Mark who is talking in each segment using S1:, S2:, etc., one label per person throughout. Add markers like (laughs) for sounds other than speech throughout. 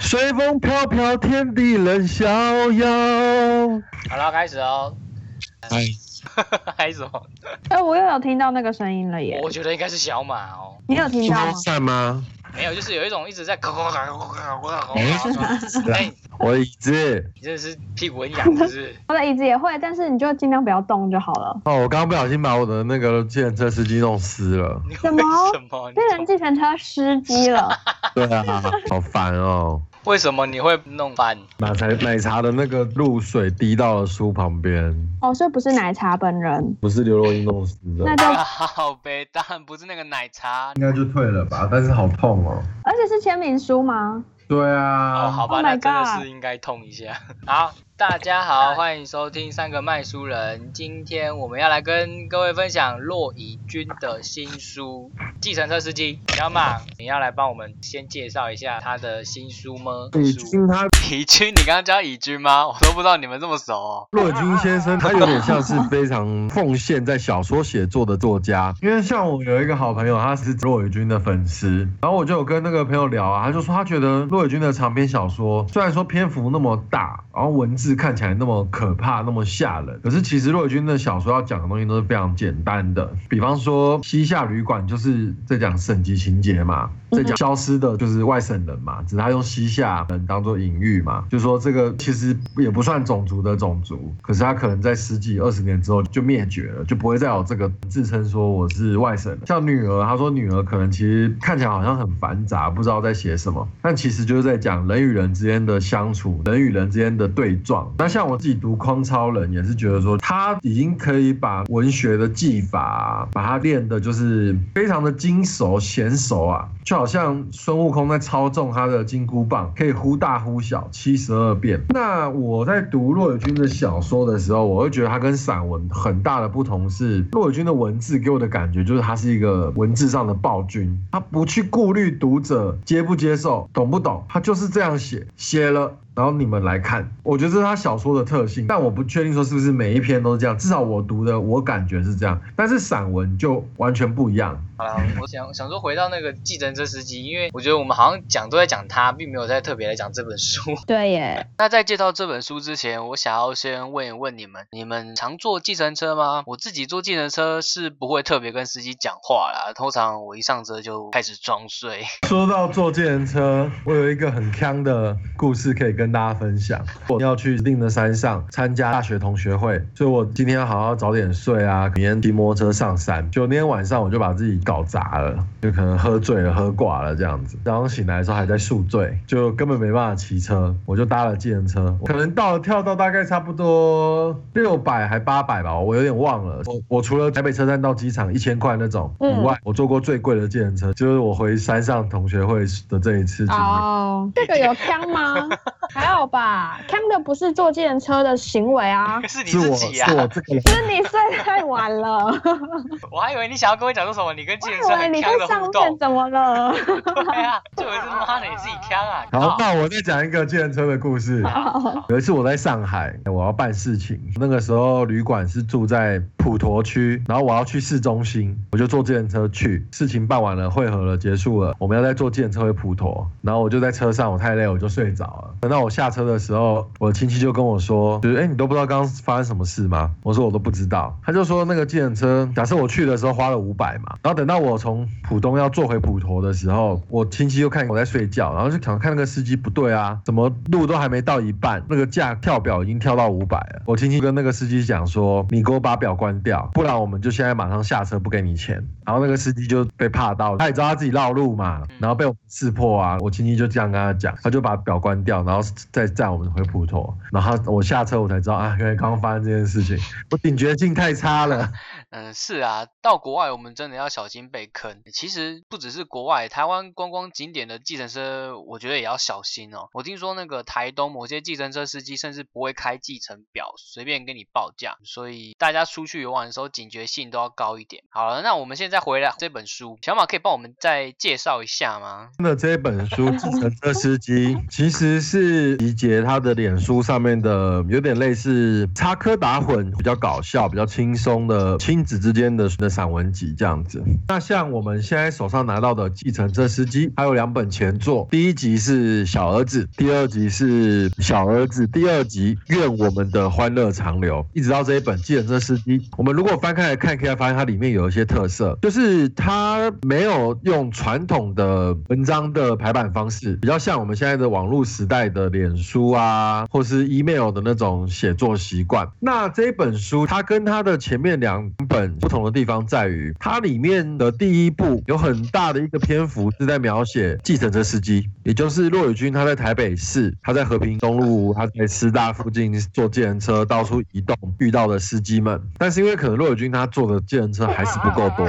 S1: 随风飘飘，天地任逍遥。
S2: 好了，开始哦。
S3: 哎，
S2: 还是什么？
S4: 哎、我又有听到那个声音了耶！
S2: 我觉得应该是小马哦。
S4: 你有听到吗
S1: 风？散吗？
S2: 没有，就是有一种一直在咳咳咳咳咳咳
S3: 哎
S2: 咳咳。哎，
S1: 我的椅子。
S2: 你真的是屁股很痒，是不是？
S4: 我的椅子也会，但是你就尽量不要动就好了。
S1: 哦，我刚刚不小心把我的那个计程车司机弄湿了。
S2: 你为
S4: 什么
S2: 什么？你
S4: 变
S2: 从
S4: 成计程车司机了，
S1: 对啊，好烦哦。
S2: 为什么你会弄翻？
S1: 奶茶奶茶的那个露水滴到了书旁边，
S4: 哦，所以不是奶茶本人，
S1: 不是刘若英弄湿的
S4: 那就
S2: 啊好呗，当然不是那个奶茶。
S1: 应该就退了吧，但是好痛哦。
S4: 而且是签名书吗？
S1: 对
S2: 哦，
S1: 啊，
S2: 好吧，
S4: Oh
S2: 那
S4: my
S2: 真的
S4: God
S2: 是应该痛一下。 (laughs) 好，大家好，欢迎收听三个卖书人。今天我们要来跟各位分享骆以军的新书《计程车司机》。小马，你要来帮我们先介绍一下他的新书吗？
S1: 已
S2: 书
S1: 经他
S2: 以军，你刚刚叫以军吗？我都不知道你们这么熟哦。
S1: 骆军先生，他有点像是非常奉献在小说写作的作家。因为像我有一个好朋友，他是骆以军的粉丝，然后我就有跟那个朋友聊啊，他就说他觉得骆以军的长篇小说虽然说篇幅那么大，然后文字看起来那么可怕、那么吓人，可是其实骆以军的小说要讲的东西都是非常简单的。比方说《西夏旅馆》就是在讲省级情节嘛，在讲消失的就是外省人嘛，只是他用西夏人当做隐喻嘛，就说这个其实也不算种族的种族，可是他可能在十几二十年之后就灭绝了，就不会再有这个自称说我是外省人。像女儿，他说女儿可能其实看起来好像很繁杂，不知道在写什么，但其实就是在讲人与人之间的相处，人与人之间的对撞。那像我自己读《匡超人》，也是觉得说他已经可以把文学的技法啊、把它练的就是非常的精熟、娴熟啊，就好像孙悟空在操纵他的金箍棒，可以忽大忽小，七十二变。那我在读骆以军的小说的时候，我会觉得他跟散文很大的不同是，骆以军的文字给我的感觉就是他是一个文字上的暴君，他不去顾虑读者接不接受、懂不懂，他就是这样写，写了。然后你们来看，我觉得这是他小说的特性，但我不确定说是不是每一篇都是这样，至少我读的我感觉是这样，但是散文就完全不一样。
S2: 好了，我想想说回到那个计程车司机，因为我觉得我们好像讲都在讲他，并没有在特别来讲这本书。
S4: 对耶，
S2: 那在介绍这本书之前，我想要先问一问你们，你们常坐计程车吗？我自己坐计程车是不会特别跟司机讲话啦，通常我一上车就开始装睡。 (laughs)
S1: 说到坐计程车，我有一个很坑的故事可以跟大家分享。我要去另的山上参加大学同学会，所以我今天要好好早点睡啊，明天骑摩托车上山。就那天晚上我就把自己搞砸了，就可能喝醉了、喝挂了这样子。早上醒来的时候还在宿醉，就根本没办法骑车，我就搭了计程车，可能到了跳到大概差不多六百还八百吧，我有点忘了。我我除了台北车站到机场一千块那种以外，我坐过最贵的计程车就是我回山上同学会的这一次经历。
S4: 哦，这个有枪吗？ (laughs) 还好吧，枪的不是坐计程车的行为
S2: (laughs)
S4: 啊，
S2: 是你
S1: 是
S2: 自
S1: 我
S2: 己
S1: 是
S2: 啊！
S1: 我这
S2: (laughs)
S1: 个人
S4: 是你睡太晚了，我
S2: 我还以为你想要跟我讲说什么，你跟计程
S4: 以
S2: 车
S4: 为
S2: 很
S4: 你
S2: 呛
S4: 在
S2: 的
S4: 上
S2: 互
S4: 面
S2: 动。
S4: 怎么了？
S2: (laughs) 对啊，就以为是妈的你自己呛啊！
S1: 好，
S2: 靠
S1: 那我再讲一个计程车的故事。
S4: 哦
S1: 有一次我在上海，我要办事情，那个时候旅馆是住在普陀区，然后我要去市中心，我就坐计程车去。事情办完了，会合了，结束了，我们要再坐计程车回普陀。然后我就在车上，我太累，我就睡着了。等到我下车的时候，我亲戚就跟我说，就是哎、诶你都不知道刚刚发生什么事吗？我说我都不知道。他就说那个计程车，假设我去的时候花了五百嘛，然后等到我从浦东要坐回普陀的时候，我亲戚就看我在睡觉，然后就想看那个司机不对啊，怎么路都还没到一半，那个价跳表已经跳到五百了。我亲戚跟那个司机讲说，你给我把表关掉，不然我们就现在马上下车不给你钱。然后那个司机就被怕到，他也知道他自己绕路嘛，然后被我们识破啊。我亲戚就这样跟他讲，他就把表关掉，然后再载我们回普陀。然后他我下车我才知道啊，原来刚刚发生这件事情，我警觉性太差了。
S2: 嗯，是啊，到国外我们真的要小心被坑。其实不只是国外，台湾观光景点的计程车，我觉得也要小心哦。我听说那个台东某些计程车司机甚至不会开计程表，随便跟你报价，所以大家出去游玩的时候警觉性都要高一点。好了，那我们现在回来这本书，小马可以帮我们再介绍一下吗？
S1: 那这本书《计程车司机》其实是集结他的脸书上面的，有点类似插科打诨，比较搞笑、比较轻松的亲子之间的的散文集这样子。那像我们现在手上拿到的《计程车司机》，还有两本前作，第一集是小儿子，第二集是小儿子，第二集愿我们的欢乐长流，一直到这一本《计程车司机》，我们如果翻开来看，可以发现它里面有一些特色，就是它没有用传统的文章的排版方式，比较像我们现在的网络时代的脸书啊，或是 email 的那种写作习惯。那这一本书，它跟它的前面两本不同的地方在于，它里面的第一部有很大的一个篇幅是在描写计程车司机，也就是骆宇军他在台北市，他在和平东路，他在师大附近坐计程车到处移动遇到的司机们。但是因为可能骆宇军他坐的计程车还是不够多，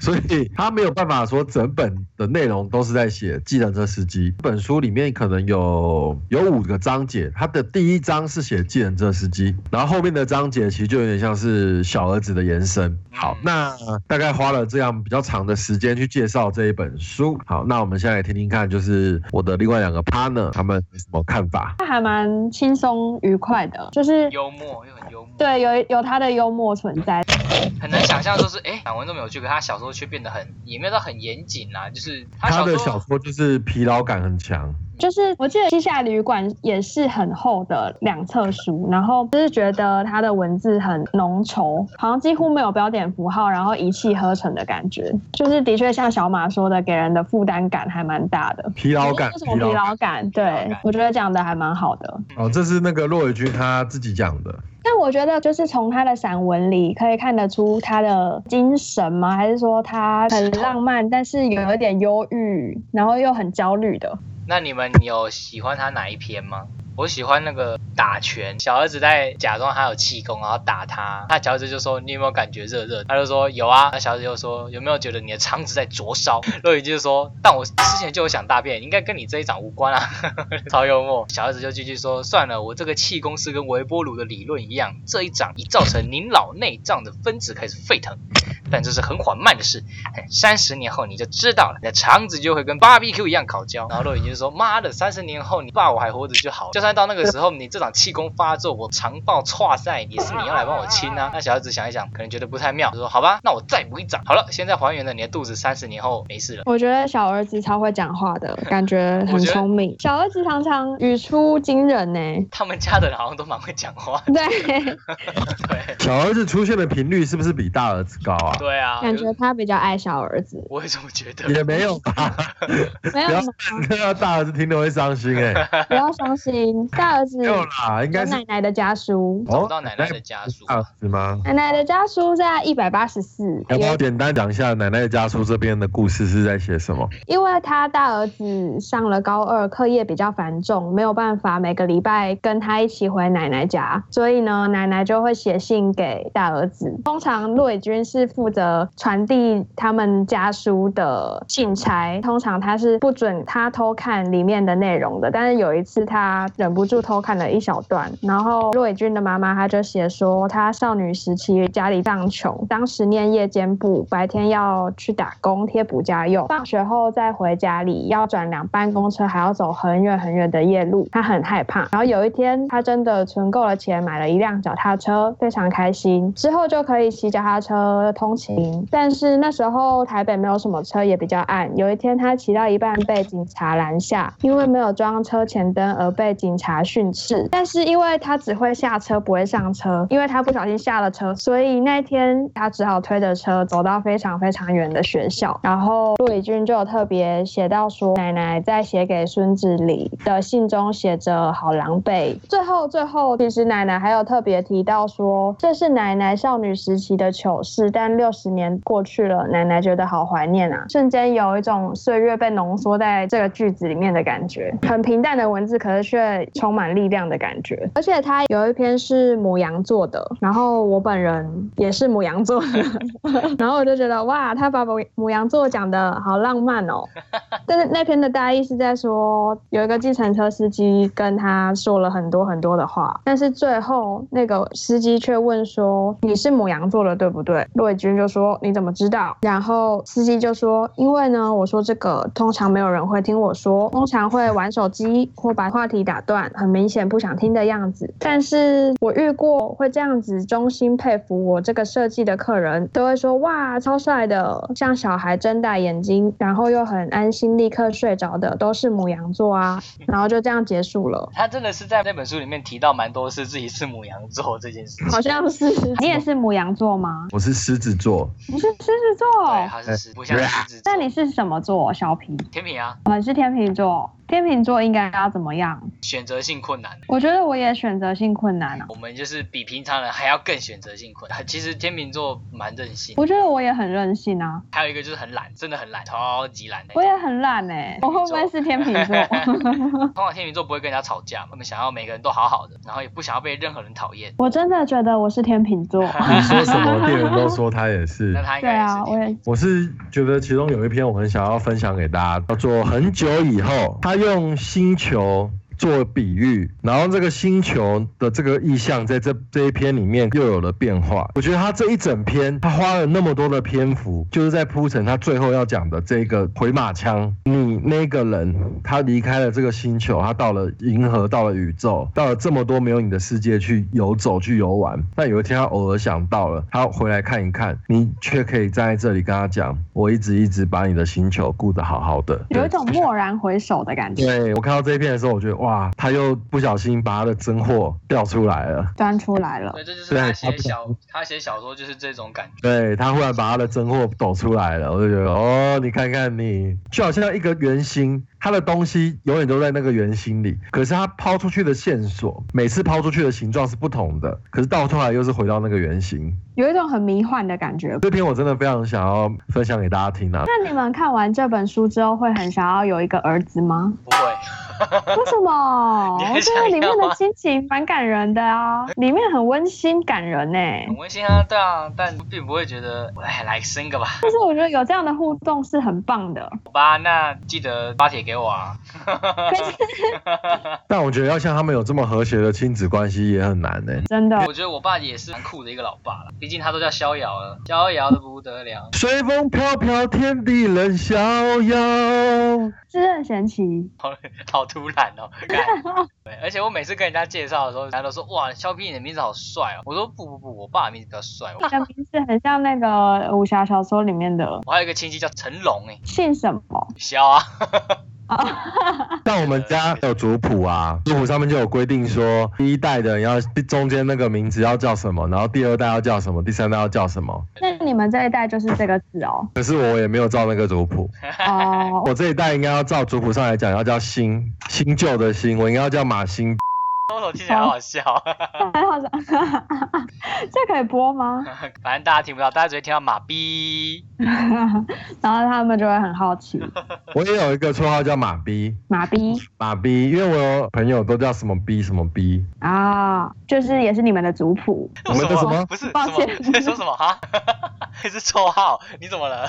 S1: 所以他没有办法说整本的内容都是在写计程车司机。本书里面可能有有五个章节，它的第一章是写计程车司机，然后后面的章节其实就有点像是小儿子的延伸。好，那大概花了这样比较长的时间去介绍这一本书。好，那我们现在来听听看，就是我的另外两个 partner 他们有什么看法。
S4: 他还 (laughs) 蛮轻松愉快的，就是
S2: 幽默又很幽默，，
S4: 对有有他的幽默存在。
S2: 很难想象，就是哎，散文这么有趣，可他小时候却变得很，也没有到很严谨啦，就是他
S1: 他
S2: 小
S1: 的
S2: 时
S1: 小
S2: 候
S1: 说就是疲劳感很强，
S4: 就是我记得《西夏旅馆》也是很厚的两册书，然后就是觉得它的文字很浓稠，好像几乎没有标点符号，然后一气呵成的感觉，就是的确像小马说的，给人的负担感还蛮大的。
S1: 疲劳感，
S4: 就是
S1: 疲
S4: 什么疲
S1: 劳感。
S4: 劳感？
S2: 疲劳
S4: 对
S2: 感，
S4: 我觉得讲的还蛮好的。
S1: 哦，这是那个骆伟军他自己讲的。
S4: 但我觉得，就是从他的散文里可以看得出他的精神吗？还是说他很浪漫，但是有一点忧郁，然后又很焦虑的？
S2: 那你们有喜欢他哪一篇吗？我喜欢那个打拳，小儿子在假装他有气功，然后打他，他小儿子就说你有没有感觉热热的？他就说有啊，那小儿子就说有没有觉得你的肠子在灼烧？乐宇就说但我之前就有想大便，应该跟你这一掌无关啊，超幽默。小儿子就继续说算了，我这个气功是跟微波炉的理论一样，这一掌已造成您脑内脏的分子开始沸腾，但这是很缓慢的事，三十年后你就知道了，你的肠子就会跟 BBQ 一样烤焦。然后肉已经说：“妈的，三十年后你爸我还活着就好，就算到那个时候你这场气功发作，我肠爆岔塞，也是你要来帮我清啊。”那小孩子想一想，可能觉得不太妙，就说：“好吧，那我再补一掌。好了，现在还原了你的肚子，三十年后没事了。
S4: 我觉得小儿子超会讲话的，感觉
S2: (laughs) 我
S4: 很
S2: 觉得
S4: 聪明。小儿子常常语出惊人呢、” (laughs)
S2: 他们家的人 (laughs) 好像都蛮会讲话，
S4: 对，
S2: 对
S1: 小儿子出现的频率是不是比大儿子高啊？
S2: 对啊，，
S4: 感觉他比较爱小儿子
S2: 我也这么觉得。
S1: 也没有吧，
S4: 没
S1: 不
S4: 有
S1: 要
S4: 吗？
S1: 看到大儿子听了会伤心哎、
S4: 不要伤心，大
S2: (laughs)
S4: 儿子
S1: 没有
S4: 有
S1: 啦，应该是
S4: 奶奶的家书，
S2: (laughs) 找
S1: 哦
S2: 不到奶奶的家属，
S1: 大儿子吗？
S4: 奶奶的家书在一百八十四，
S1: 要不要简单讲一下奶奶的家书这边的故事是在写什么？
S4: 因为他大儿子上了高二，课业比较繁重，没有办法每个礼拜跟他一起回奶奶家，所以呢，奶奶就会写信给大儿子。通常骆以军是负责传递他们家书的信差，通常他是不准他偷看里面的内容的。但是有一次他忍不住偷看了一小段，然后骆以军的妈妈她就写说，她少女时期家里非常穷，当时念夜间部，白天要去打工贴补家用，放学后再回家里，要转两班公车，还要走很远很远的夜路，她很害怕。然后有一天，她真的存够了钱，买了一辆脚踏车，非常开心，之后就可以骑脚踏车通勤。但是那时候台北没有什么车，也比较暗。有一天，她骑到一半被警察拦下，因为没有装车前灯而被警察训斥。但是因为她只会下车不会上车，因为她不小心下了车，所以那天她只好推着车走到非常非常远的学校。然后陆以军就有特别写到说，奶奶在写给孙子里的信中写着“好狼狈”。最后最后，其实奶奶还有特别提到说，这是奶奶少女时期的糗事，但六。六十年过去了，奶奶觉得好怀念啊，瞬间有一种岁月被浓缩在这个句子里面的感觉，很平淡的文字，可是却充满力量的感觉。而且它有一篇是母羊座的，然后我本人也是母羊座的，然后我就觉得哇，他把母母羊座讲的好浪漫哦。但是那篇的大意是在说，有一个计程车司机跟他说了很多很多的话，但是最后那个司机却问说：“你是母羊座的，对不对？”骆以军就说：“你怎么知道？”然后司机就说：“因为呢，我说这个通常没有人会听我说，通常会玩手机或把话题打断，很明显不想听的样子。但是我遇过会这样子衷心佩服我这个设计的客人，都会说：哇，超帅的，像小孩睁大眼睛，然后又很安心立刻睡着的，都是母羊座啊。然后就这样结束了。
S2: 他真的是在那本书里面提到蛮多是自己是母羊座这件事
S3: 哦
S2: 情。
S4: 好像是你也是母羊座吗？
S1: 我是狮子座，
S3: 你是狮子
S2: 对，
S3: 座，
S2: 他是狮，不像狮子座。
S3: 那你是什么座？小皮，
S2: 天平啊，
S3: 我们是天秤座。天秤座应该要怎么样？
S2: 选择性困难。
S3: 我觉得我也选择性困难啊。
S2: 我们就是比平常人还要更选择性困难。其实天秤座蛮任性，
S3: 我觉得我也很任性啊，
S2: 还有一个就是很懒，真的很懒，超级懒的。
S3: 我也很懒哎、我会不会是天秤座？
S2: 通常天秤座不会跟人家吵架，他们想要每个人都好好的，然后也不想要被任何人讨厌。
S3: (laughs) 我真的觉得我是天秤座。
S1: 你说
S3: (laughs)
S1: 什么店员都说他也是
S2: 那。他应
S3: 对
S2: 该也
S3: 啊，
S2: 是
S3: 我
S2: 天秤。
S3: 也
S1: 我是觉得其中有一篇我很想要分享给大家，叫做《很久以后》，他用星球。做比喻，然后这个星球的这个意象在这这一篇里面又有了变化。我觉得他这一整篇，他花了那么多的篇幅，就是在铺陈他最后要讲的这个回马枪。你那个人，他离开了这个星球，他到了银河，到了宇宙，到了这么多没有你的世界去游走、去游玩。但有一天，他偶尔想到了，他回来看一看，你却可以站在这里跟他讲：“我一直一直把你的星球顾得好好的。”
S3: 有一种蓦然回首的感觉，
S1: 对我看到这一片的时候，我觉得哇，他又不小心把他的真货调出来了。
S3: 钻出来了。
S2: 对，这就是
S1: 对啊
S2: 他
S1: 他
S2: 写
S1: 不
S2: 小他写小说就是这种感觉。？
S1: 对他忽然把他的真货抖出来了，我就觉得哦，你看看你，就好像一个圆心，它的东西永远都在那个圆心里，可是它抛出去的线索，每次抛出去的形状是不同的，可是到头来又是回到那个圆心。
S3: 有一种很迷幻的感觉。
S1: 这篇我真的非常想要分享给大家听啊，
S3: 那你们看完这本书之后，会很想要有一个儿子吗
S2: 不会，
S3: 为什么？
S2: (laughs) 你
S3: 我
S2: 很
S3: 觉
S2: 想要
S3: 得
S2: 啊
S3: 里面的亲情蛮感人的啊，里面很温馨感人欸呢、
S2: 很温馨啊，对啊，但并不会觉得，哎，来生一个吧。
S3: (laughs) 但是我觉得有这样的互动是很棒的。
S2: 好吧，那记得发帖给我啊。
S3: 可是
S1: 但我觉得要像他们有这么和谐的亲子关系也很难呢、
S3: 真
S4: 嗯
S3: 的，
S2: 我觉得我爸也是蛮酷的一个老爸了，毕竟他都叫逍遥了，逍遥的不得了。 (laughs)
S1: 随风飘飘，天地任逍遥。
S3: 自任贤齐，
S2: 好突然哦！ (laughs) 干对，而且我每次跟人家介绍的时候，人家都说哇，肖斌你的名字好帅哦。我说不不不，我爸的名字比较帅。
S3: (laughs)
S2: 哦
S4: (laughs)
S3: 你的名字很像那个武侠小说里面的
S2: 我还有一个亲戚叫成龙哎，
S3: 姓什么？
S2: 肖啊，
S1: 像我们家有族谱啊，族谱上面就有规定说，第一代的人要中间那个名字要叫什么，然后第二代要叫什么，第三代要叫什么。
S3: 那你们这一代就是这个字
S1: (laughs)
S3: 哦。
S1: 可是我也没有照那个族谱，
S3: 哦， (laughs)
S1: 我这一代应该要照族谱上来讲，要叫新新旧的新，我应该要叫马新。
S2: 我总听起来好好笑，啊
S3: 很好笑， (laughs) 这可以播吗？ (laughs)
S2: (laughs) 反正大家听不到，大家只会听到马逼。
S3: 然后他们就会很好
S1: (laughs)
S3: 奇，
S1: 我也有一个绰号叫马逼，
S3: 马逼
S1: 马逼，因为我有朋友都叫什么逼什么逼，
S3: 啊，就是也是你们的族谱，
S2: (laughs)
S1: 我们的什么
S2: 不是
S3: 抱
S2: 什么？
S3: 歉
S2: 你在说什么哈？ (laughs) 这是绰号，你怎么了？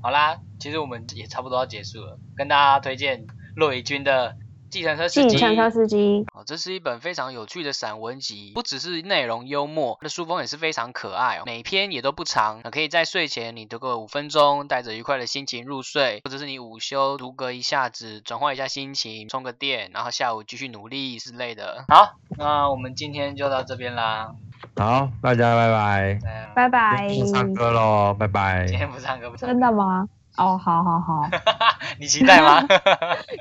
S2: 好啦，其实我们也差不多要结束了，跟大家推荐骆以军的《计程车司
S4: 计
S2: 机》。
S4: 程车司机，
S2: 哦，这是一本非常有趣的散文集，不只是内容幽默，它的书风也是非常可爱哦，每篇也都不长，呃可以在睡前你读个五分钟，带着愉快的心情入睡，或者是你午休读个一下子，转换一下心情，充个电，然后下午继续努力之类的。好，那我们今天就到这边啦，
S1: 好，大家拜拜，
S2: 嗯
S4: 拜拜。
S1: 我唱歌喽，拜拜。
S2: 今天不唱歌不唱
S3: 真
S2: 歌，
S3: 的吗？哦，好好好，
S2: (laughs) 你期待吗？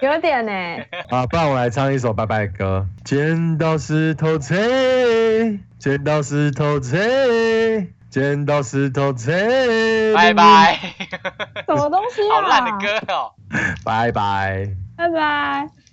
S4: 有点呢、
S3: 欸
S1: (laughs) 啊，不然我来唱一首拜拜歌。剪刀石头切，剪刀石头切，剪刀石头切。
S2: (laughs) 拜，拜， (laughs)
S3: 什么东西啊？
S2: 好烂的歌哦。
S1: 拜拜。
S3: 拜拜。